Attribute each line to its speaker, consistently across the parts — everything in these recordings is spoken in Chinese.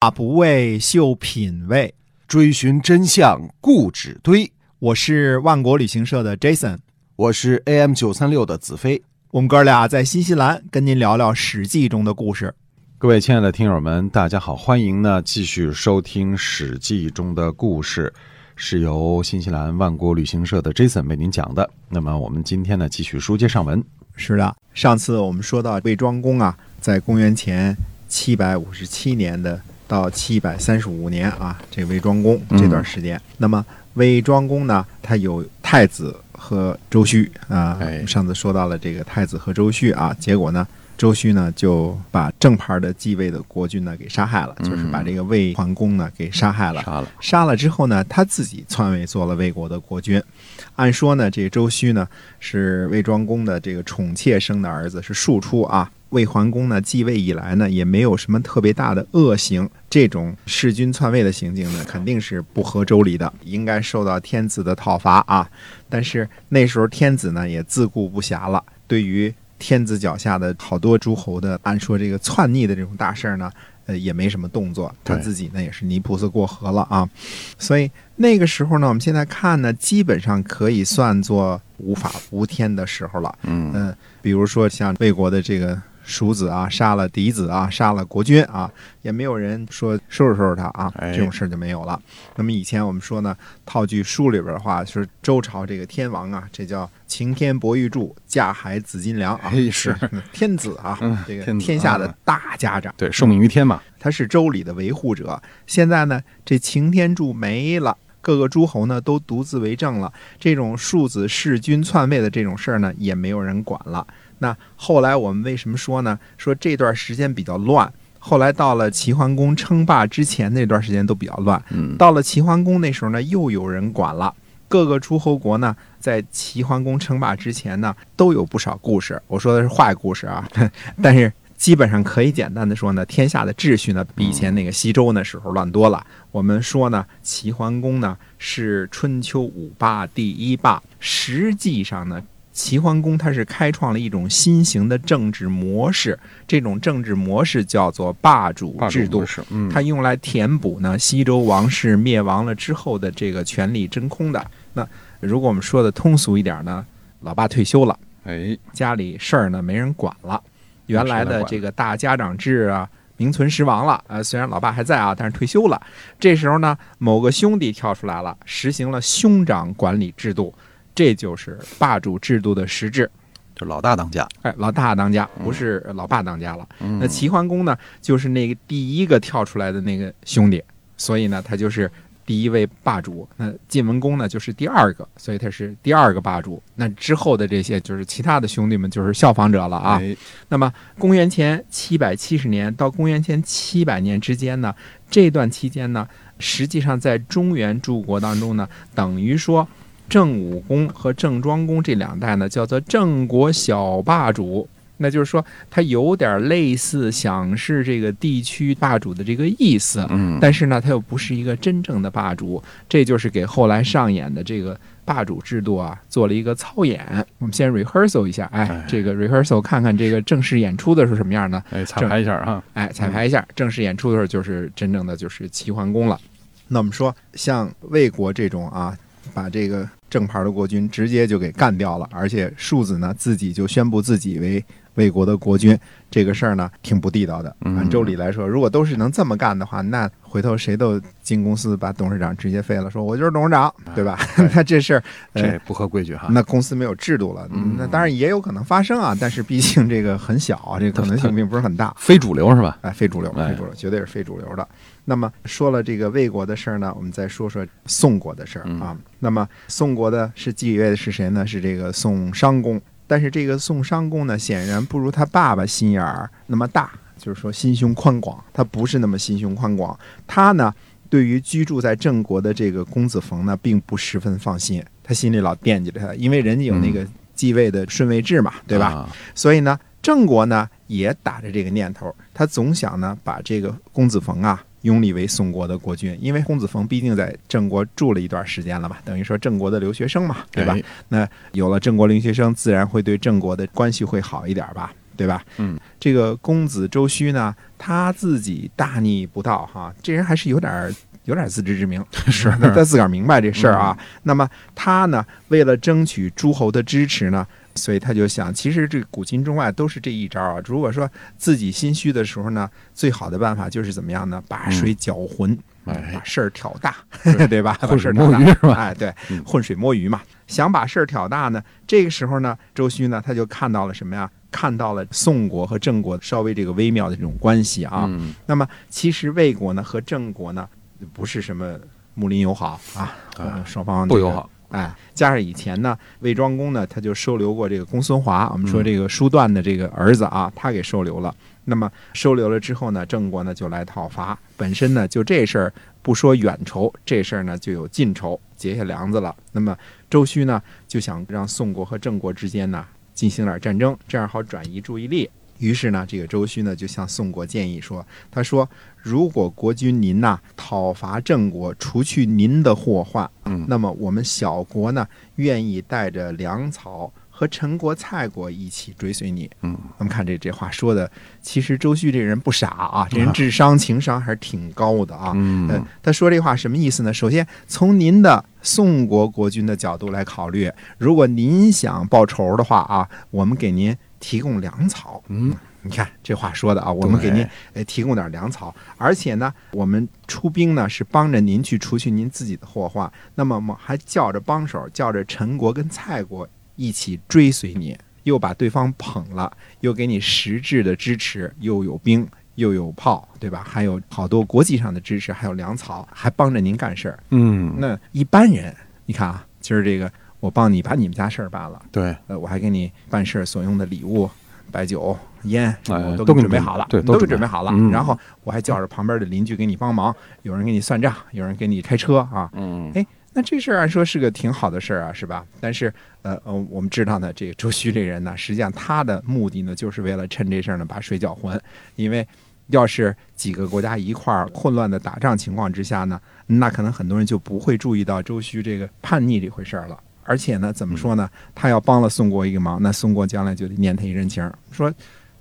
Speaker 1: 马啊不为秀品味，
Speaker 2: 追寻真相故纸堆。
Speaker 1: 我是万国旅行社的 Jason，
Speaker 2: 我是 AM 九三六的子飞。
Speaker 1: 我们哥俩在新西兰跟您聊聊《史记》中的故事。
Speaker 2: 各位亲爱的听友们，大家好，欢迎呢继续收听《史记》中的故事，是由新西兰万国旅行社的 Jason 为您讲的。那么我们今天呢继续书接上文。
Speaker 1: 是的，上次我们说到魏庄公啊，在公元前七百五十七年的到七百三十五年啊，这个魏庄公这段时间，那么魏庄公呢，他有太子和周须啊。
Speaker 2: 哎
Speaker 1: 我们上次说到了这个太子和周须啊，结果呢，周须呢就把正牌的继位的国君呢给杀害了，就是把这个魏桓公呢给嗯杀害了。
Speaker 2: 杀了，
Speaker 1: 杀了之后呢，他自己篡位做了魏国的国君。按说呢，这个周须呢是魏庄公的这个宠妾生的儿子，是庶出啊。魏桓公呢继位以来呢，也没有什么特别大的恶行，这种弑君篡位的行径呢，肯定是不合周礼的，应该受到天子的讨伐啊。但是那时候天子呢也自顾不暇了，对于天子脚下的好多诸侯的，按说这个篡逆的这种大事儿呢，呃，也没什么动作，他
Speaker 2: 对
Speaker 1: 自己呢也是泥菩萨过河了啊。所以那个时候呢，我们现在看呢，基本上可以算作无法无天的时候了。
Speaker 2: 嗯，
Speaker 1: 嗯，比如说像魏国的这个叔子啊，杀了嫡子啊，杀了国君啊，也没有人说收拾收拾他啊，
Speaker 2: 哎
Speaker 1: 这种事儿就没有了。那么以前我们说呢，套句书里边的话，就是周朝这个天王啊，这叫擎天博玉柱，架海紫金梁啊，
Speaker 2: 哎是
Speaker 1: 这个 天子啊，
Speaker 2: 嗯
Speaker 1: 这个
Speaker 2: 天子
Speaker 1: 天下的
Speaker 2: 啊
Speaker 1: 大家长。
Speaker 2: 对，受命于天嘛，
Speaker 1: 他是周礼的维护者。现在呢，这擎天柱没了，各个诸侯呢都独自为政了，这种庶子弑君篡位的这种事儿呢，也没有人管了。那后来我们为什么说呢？说这段时间比较乱。后来到了齐桓公称霸之前那段时间都比较乱，
Speaker 2: 嗯，
Speaker 1: 到了齐桓公那时候呢，又有人管了。各个诸侯国呢，在齐桓公称霸之前呢，都有不少故事。我说的是坏故事啊， 但是基本上可以简单的说呢，天下的秩序呢，比以前那个西周那时候乱多了。我们说呢，齐桓公呢是春秋五霸第一霸，实际上呢。齐桓公他是开创了一种新型的政治模式，这种政治模式叫做霸主
Speaker 2: 霸主
Speaker 1: 制度
Speaker 2: 模。式，嗯，
Speaker 1: 它用来填补呢西周王室灭亡了之后的这个权力真空的。那如果我们说的通俗一点呢，老爸退休了，
Speaker 2: 哎，
Speaker 1: 家里事儿呢没人管了，原来
Speaker 2: 谁来
Speaker 1: 的
Speaker 2: 管
Speaker 1: 这个大家长制啊。名存实亡了，呃，虽然老爸还在啊，但是退休了。这时候呢，某个兄弟跳出来了，实行了兄长管理制度，这就是霸主制度的实质。
Speaker 2: 就老大当家，
Speaker 1: 哎，老大当家不是老爸当家了。
Speaker 2: 嗯
Speaker 1: 那齐桓公呢，就是那个第一个跳出来的那个兄弟，所以呢，他就是第一位霸主。那晋文公呢，就是第二个，所以他是第二个霸主。那之后的这些，就是其他的兄弟们，就是效仿者了啊。
Speaker 2: 哎
Speaker 1: 那么，公元前七百七十年到公元前七百年之间呢，这段期间呢，实际上在中原诸国当中呢，等于说郑武公和郑庄公这两代呢，叫做郑国小霸主。那就是说，它有点类似想是这个地区霸主的这个意思，啊
Speaker 2: 嗯，
Speaker 1: 但是呢，它又不是一个真正的霸主，这就是给后来上演的这个霸主制度啊做了一个操演。我们先 rehearsal 一下，哎
Speaker 2: 哎，
Speaker 1: 这个 rehearsal 看看这个正式演出的时候什么样呢？
Speaker 2: 哎，彩排一下哈，
Speaker 1: 哎，彩排一下，正式演出的时候就是真正的就是齐桓公了。那我们说，像魏国这种啊，把这个正牌的国君直接就给干掉了，而且庶子呢自己就宣布自己为魏国的国君，这个事儿呢挺不地道的。
Speaker 2: 嗯
Speaker 1: 按周理来说，如果都是能这么干的话，那回头谁都进公司把董事长直接废了，说我就是董事长，啊对吧？ 那这事儿，呃
Speaker 2: 这哎不合规矩哈，
Speaker 1: 那公司没有制度了，
Speaker 2: 嗯
Speaker 1: 那当然也有可能发生啊，但是毕竟这个很小，啊这个可能性并不是很大。
Speaker 2: 非主流是吧？
Speaker 1: 哎，非主流，
Speaker 2: 哎
Speaker 1: 非主流，绝对是非主流的。那么说了这个魏国的事儿呢，我们再说说宋国的事儿啊。那么宋国的是继位的是谁呢？是这个宋襄公。但是这个宋襄公呢，显然不如他爸爸心眼儿那么大，就是说心胸宽广，他不是那么心胸宽广。他呢，对于居住在郑国的这个公子冯呢，并不十分放心，他心里老惦记着他，因为人家有那个继位的顺位制嘛，对吧？
Speaker 2: 啊？
Speaker 1: 所以呢，郑国呢也打着这个念头，他总想呢把这个公子冯啊拥立为宋国的国君，因为公子冯毕竟在郑国住了一段时间了嘛，等于说郑国的留学生嘛，对吧？
Speaker 2: 哎
Speaker 1: 那有了郑国留学生，自然会对郑国的关系会好一点吧。对吧？
Speaker 2: 嗯，
Speaker 1: 这个公子周须呢，他自己大逆不道哈，这人还是有点儿有点儿自知之明，
Speaker 2: 是嗯
Speaker 1: 他自个儿明白这事儿啊。那么他呢，为了争取诸侯的支持呢，所以他就想，其实这古今中外都是这一招啊。如果说自己心虚的时候呢，最好的办法就是怎么样呢？
Speaker 2: 嗯
Speaker 1: 把水搅浑，
Speaker 2: 哎
Speaker 1: 把事儿挑大，
Speaker 2: 是
Speaker 1: 对 吧？把
Speaker 2: 浑
Speaker 1: 事
Speaker 2: 水
Speaker 1: 儿
Speaker 2: 摸
Speaker 1: 挑大
Speaker 2: 鱼。是吧？
Speaker 1: 哎，对
Speaker 2: 嗯，
Speaker 1: 浑水摸鱼嘛。想把事儿挑大呢，这个时候呢，周须呢，他就看到了什么呀？看到了宋国和郑国稍微这个微妙的这种关系啊。
Speaker 2: 嗯，
Speaker 1: 那么其实魏国呢和郑国呢不是什么睦邻友好啊，
Speaker 2: 啊
Speaker 1: 呃双方、
Speaker 2: 不友。好。
Speaker 1: 哎，加上以前呢，魏庄公呢他就收留过这个公孙华，我们说
Speaker 2: 嗯
Speaker 1: 这个叔段的这个儿子啊，他给收留了。那么收留了之后呢，郑国呢就来讨伐。本身呢就这事儿不说远仇，这事儿呢就有近仇，结下梁子了。那么周须呢就想让宋国和郑国之间呢进行点战争，这样好转移注意力。于是呢，这个周须呢就向宋国建议说：“他说，如果国君您呐、讨伐郑国，除去您的祸患，
Speaker 2: 嗯
Speaker 1: 那么我们小国呢，愿意带着粮草和陈国、蔡国一起追随你。”
Speaker 2: 嗯，
Speaker 1: 咱们看这这话说的，其实周须这人不傻啊，这人智商、情商还是挺高的啊。
Speaker 2: 嗯
Speaker 1: 呃，他说这话什么意思呢？首先，从您的宋国国君的角度来考虑，如果您想报仇的话啊，我们给您提供粮草。
Speaker 2: 嗯，
Speaker 1: 你看这话说的啊，我们给您呃提供点粮草，而且呢，我们出兵呢是帮着您去除去您自己的祸患，那么我们还叫着帮手，叫着陈国跟蔡国一起追随你，又把对方捧了，又给你实质的支持，又有兵。又有炮，对吧？还有好多国际上的支持，还有粮草，还帮着您干事儿。
Speaker 2: 嗯，
Speaker 1: 那一般人，你看啊，今儿这个我帮你把你们家事儿办了，
Speaker 2: 对，
Speaker 1: 呃，我还给你办事儿所用的礼物、白酒、烟，
Speaker 2: 哎
Speaker 1: 我都
Speaker 2: 都
Speaker 1: 给
Speaker 2: 给
Speaker 1: 准备
Speaker 2: 你准备
Speaker 1: 好了，
Speaker 2: 对
Speaker 1: 你
Speaker 2: 都
Speaker 1: 都给
Speaker 2: 准
Speaker 1: 准
Speaker 2: 备
Speaker 1: 备好了
Speaker 2: 嗯。
Speaker 1: 然后我还叫着旁边的邻居给你帮忙，有人给你算账，有人给你开车啊。
Speaker 2: 嗯
Speaker 1: 那这事儿按说是个挺好的事儿啊，是吧？但是，呃，呃，我们知道呢，这个周须这人呢，实际上他的目的呢，就是为了趁这事儿呢把水搅浑，因为要是几个国家一块儿混乱的打仗情况之下呢，那可能很多人就不会注意到周须这个叛逆这回事儿了。而且呢，怎么说呢？他要帮了宋国一个忙，那宋国将来就得念他一人情儿，说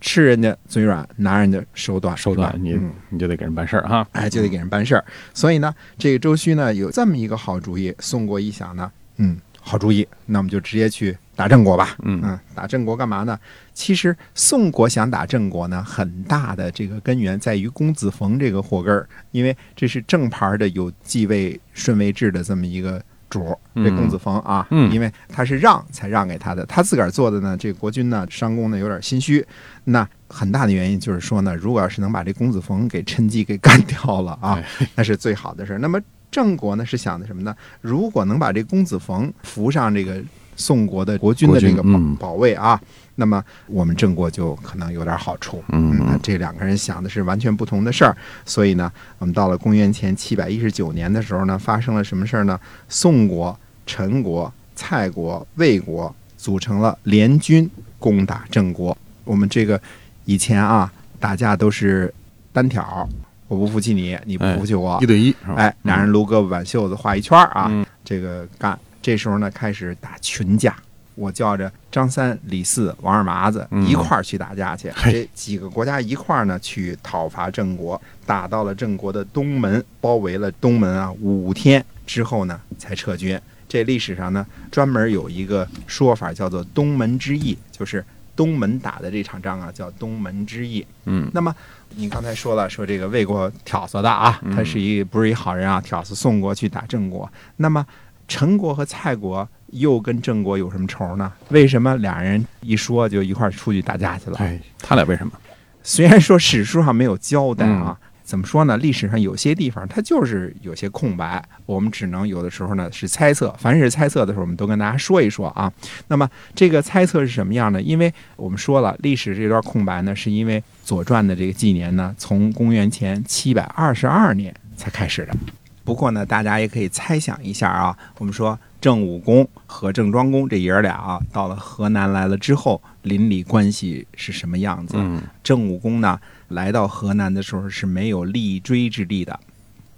Speaker 1: 吃人家嘴软，拿人家手短，
Speaker 2: 手
Speaker 1: 是吧
Speaker 2: 段你
Speaker 1: 嗯
Speaker 2: 你就得给人办事儿啊哈。
Speaker 1: 哎，就得给人办事儿。所以呢，这个周须呢有这么一个好主意，宋国一想呢，嗯，好主意，那我们就直接去打郑国吧。
Speaker 2: 嗯
Speaker 1: 嗯，打郑国干嘛呢？其实宋国想打郑国呢，很大的这个根源在于公子冯这个祸根儿，因为这是正牌的有继位顺位制的这么一个。主儿，这
Speaker 2: 嗯
Speaker 1: 公子冯啊，
Speaker 2: 嗯
Speaker 1: 因为他是让才让给他的，他自个儿做的呢，这个国君呢，商公呢有点心虚，那很大的原因就是说呢，如果要是能把这公子冯给趁机给干掉了啊，
Speaker 2: 哎
Speaker 1: 那是最好的事儿。那么郑国呢是想的什么呢？如果能把这公子冯扶上这个宋国的国君的这个
Speaker 2: 国君
Speaker 1: 保、
Speaker 2: 嗯
Speaker 1: 保卫啊，那么我们郑国就可能有点好处。
Speaker 2: 嗯
Speaker 1: 那这两个人想的是完全不同的事儿，所以呢，我们到了公元前七百一十九年的时候呢，发生了什么事儿呢？宋国、陈国、蔡国、魏国组成了联军攻打郑国。我们这个以前啊，打架都是单挑儿，我不服气你，你不服气我，
Speaker 2: 一对一是吧？
Speaker 1: 哎，俩人撸胳膊挽袖子画一圈儿啊，
Speaker 2: 嗯
Speaker 1: 这个干。这时候呢，开始打群架。我叫着张三、李四、王二麻子
Speaker 2: 嗯
Speaker 1: 一块儿去打架去，
Speaker 2: 嘿
Speaker 1: 这几个国家一块儿呢去讨伐郑国，打到了郑国的东门，包围了东门啊五天之后呢才撤军。这历史上呢专门有一个说法叫做东门之役，就是东门打的这场仗啊叫东门之役。
Speaker 2: 嗯
Speaker 1: 那么你刚才说了，说这个魏国挑唆的啊，他是一不是一好人啊，挑唆宋国去打郑国。那么陈国和蔡国又跟郑国有什么仇呢？为什么俩人一说就一块儿出去打架去了？
Speaker 2: 哎，他俩为什么？
Speaker 1: 虽然说史书上没有交代啊。怎么说呢？历史上有些地方它就是有些空白，我们只能有的时候呢是猜测。凡是猜测的时候，我们都跟大家说一说啊。那么这个猜测是什么样呢？因为我们说了，历史这段空白呢，是因为《左传》的这个纪年呢，从公元前七百二十二年才开始的。不过呢，大家也可以猜想一下啊。我们说郑武公和郑庄公这爷儿俩啊，到了河南来了之后，邻里关系是什么样子？
Speaker 2: 嗯
Speaker 1: 郑武公呢，来到河南的时候是没有立锥之地的，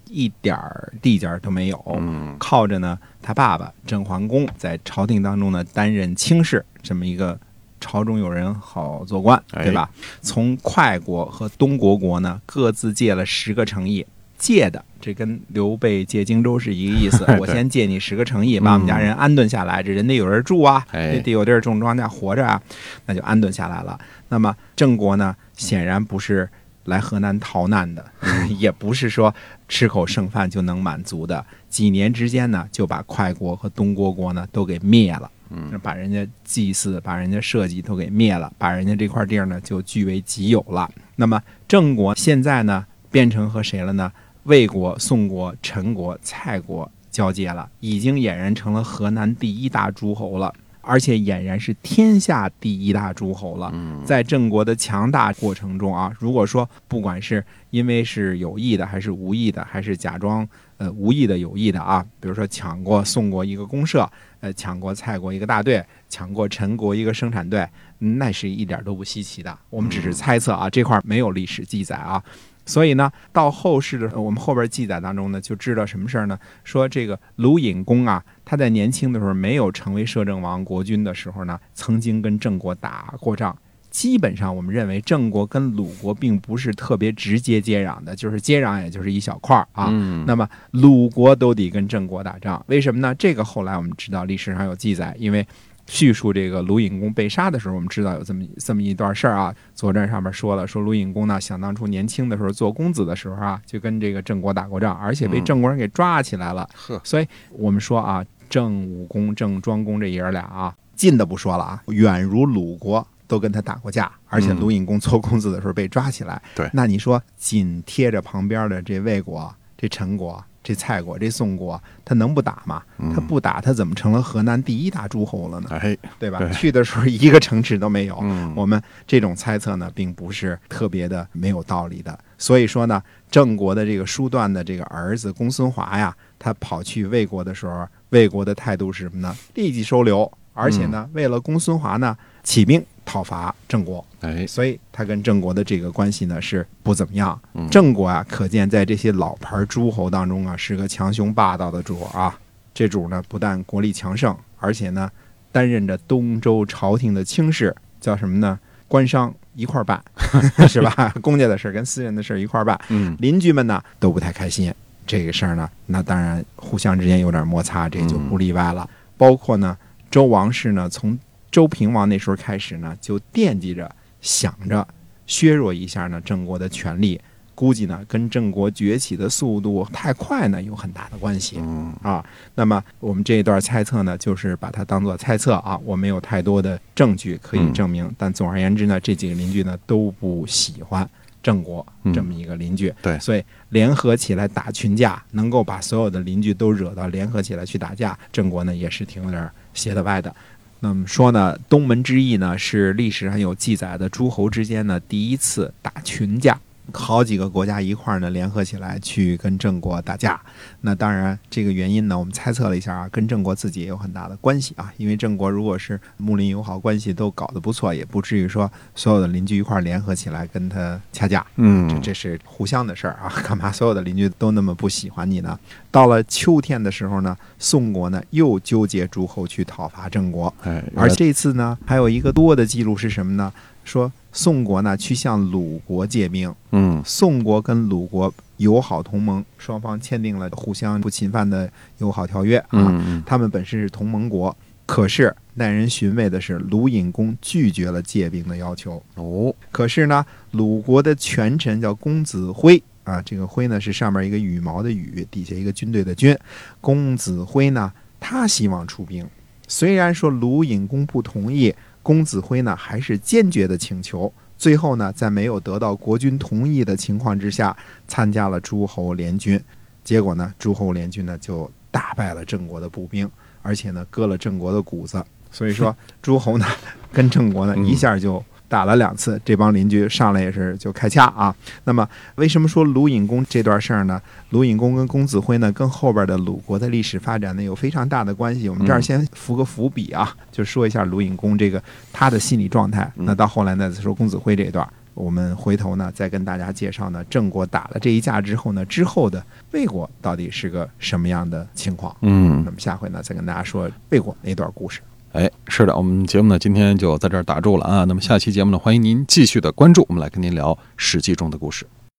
Speaker 1: 一点儿地界儿都没有。
Speaker 2: 嗯
Speaker 1: 靠着呢他爸爸郑桓公在朝廷当中呢担任卿士这么一个朝中有人好做官，对吧？从快国和东国国呢，各自借了十个诚意。借的，这跟刘备借荆州是一个意思
Speaker 2: 对。
Speaker 1: 我先借你十个诚意，把我们家人安顿下来，这人得有人住啊，
Speaker 2: 哎
Speaker 1: 也得有地儿种庄稼活着啊，那就安顿下来了。那么郑国呢，显然不是来河南逃难的， 也不是说吃口剩饭就能满足的。几年之间呢，就把快国和东郭国呢都给灭了。嗯，把人家祭祀、把人家社稷都给灭了，把人家这块地儿呢就据为己有了。那么郑国现在呢，变成和谁了呢？魏国、宋国、陈国、蔡国交接了，已经俨然成了河南第一大诸侯了，而且俨然是天下第一大诸侯了。在郑国的强大过程中啊，如果说不管是因为是有意的，还是无意的，还是假装呃无意的、有意的啊，比如说抢过宋国一个公社，呃，抢过蔡国一个大队，抢过陈国一个生产队，嗯那是一点都不稀奇的。我们只是猜测啊，这块儿没有历史记载啊。所以呢，到后世的呃我们后边记载当中呢，就知道什么事儿呢？说这个鲁隐公啊，他在年轻的时候没有成为摄政王国君的时候呢，曾经跟郑国打过仗。基本上我们认为郑国跟鲁国并不是特别直接接壤的，就是接壤也就是一小块儿啊。
Speaker 2: 嗯
Speaker 1: 那么鲁国都得跟郑国打仗，为什么呢？这个后来我们知道历史上有记载，因为。叙述这个鲁隐公被杀的时候，我们知道有这么这么一段事儿啊，《左传》上面说了，说鲁隐公呢，想当初年轻的时候做公子的时候啊，就跟这个郑国打过仗，而且被
Speaker 2: 嗯
Speaker 1: 郑国人给抓起来了。
Speaker 2: 呵，
Speaker 1: 所以我们说啊，郑武公、郑庄公这爷儿俩啊，近的不说了啊，远如鲁国都跟他打过架，而且
Speaker 2: 嗯
Speaker 1: 鲁隐公做公子的时候被抓起来。
Speaker 2: 对
Speaker 1: 那你说紧贴着旁边的这魏国、这陈国、这蔡国、这宋国，他能不打吗？他不打，他怎么成了河南第一大诸侯了呢？
Speaker 2: 嗯哎，
Speaker 1: 对吧？
Speaker 2: 对
Speaker 1: 去的时候一个城池都没有。
Speaker 2: 嗯
Speaker 1: 我们这种猜测呢，并不是特别的没有道理的。所以说呢，郑国的这个叔段的这个儿子公孙华呀，他跑去魏国的时候，魏国的态度是什么呢？立即收留，而且
Speaker 2: 嗯
Speaker 1: 呢，为了公孙华呢，起兵讨伐郑国。
Speaker 2: 哎，
Speaker 1: 所以他跟郑国的这个关系呢是不怎么样。郑国啊，可见在这些老牌诸侯当中啊，是个强雄霸道的主儿啊。这主呢，不但国力强盛，而且呢，担任着东周朝廷的卿事，叫什么呢？官商一块儿办， 是吧？ 公家的事儿跟私人的事儿一块儿办。
Speaker 2: 嗯，
Speaker 1: 邻居们呢都不太开心。这个事儿呢，那当然互相之间有点摩擦，这就不例外了。包括呢，周王室呢，从周平王那时候开始呢，就惦记着想着削弱一下呢郑国的权力，估计呢跟郑国崛起的速度太快呢有很大的关系。
Speaker 2: 嗯
Speaker 1: 啊，那么我们这一段猜测呢，就是把它当做猜测啊，我没有太多的证据可以
Speaker 2: 嗯
Speaker 1: 证明。但总而言之呢，这几个邻居呢都不喜欢郑国
Speaker 2: 嗯
Speaker 1: 这么一个邻居，
Speaker 2: 对
Speaker 1: 所以联合起来打群架，能够把所有的邻居都惹到联合起来去打架，郑国呢也是挺有点儿邪的歪的。那么说呢，东门之役呢是历史上有记载的诸侯之间呢第一次打群架，好几个国家一块儿呢联合起来去跟郑国打架。那当然，这个原因呢，我们猜测了一下啊，跟郑国自己也有很大的关系啊。因为郑国如果是睦邻友好关系都搞得不错，也不至于说所有的邻居一块儿联合起来跟他掐架。这
Speaker 2: 嗯，
Speaker 1: 这是互相的事儿啊， 干嘛所有的邻居都那么不喜欢你呢？到了秋天的时候呢，宋国呢又纠结诸侯去讨伐郑国，
Speaker 2: 哎，
Speaker 1: 而这次呢还有一个多的记录是什么呢？说宋国呢去向鲁国借兵，
Speaker 2: 嗯，
Speaker 1: 宋国跟鲁国友好同盟，双方签订了互相不侵犯的友好条约啊。
Speaker 2: 嗯，
Speaker 1: 他们本身是同盟国，可是耐人寻味的是，鲁隐公拒绝了借兵的要求。
Speaker 2: 哦，
Speaker 1: 可是呢，鲁国的权臣叫公子辉啊，这个辉呢是上面一个羽毛的羽，底下一个军队的军。公子辉呢，他希望出兵，虽然说鲁隐公不同意，公子辉呢还是坚决的请求。最后呢，在没有得到国君同意的情况之下，参加了诸侯联军。结果呢，诸侯联军呢就打败了郑国的步兵，而且呢割了郑国的骨子。所以说，诸侯呢跟郑国呢
Speaker 2: 嗯
Speaker 1: 一下就打了两次，这帮邻居上来也是就开掐啊。那么为什么说鲁隐公这段事儿呢？鲁隐公跟公子辉呢，跟后边的鲁国的历史发展呢有非常大的关系。我们这儿
Speaker 2: 嗯
Speaker 1: 先伏个伏笔啊，就说一下鲁隐公这个他的心理状态。
Speaker 2: 嗯
Speaker 1: 那到后来呢，再说公子辉这一段，我们回头呢再跟大家介绍呢，郑国打了这一架之后呢，之后的魏国到底是个什么样的情况？
Speaker 2: 嗯
Speaker 1: 那，么下回呢，再跟大家说魏国那段故事。
Speaker 2: 哎，是的，我们节目呢今天就在这儿打住了啊。那么下期节目呢，欢迎您继续的关注，我们来跟您聊《史记》中的故事。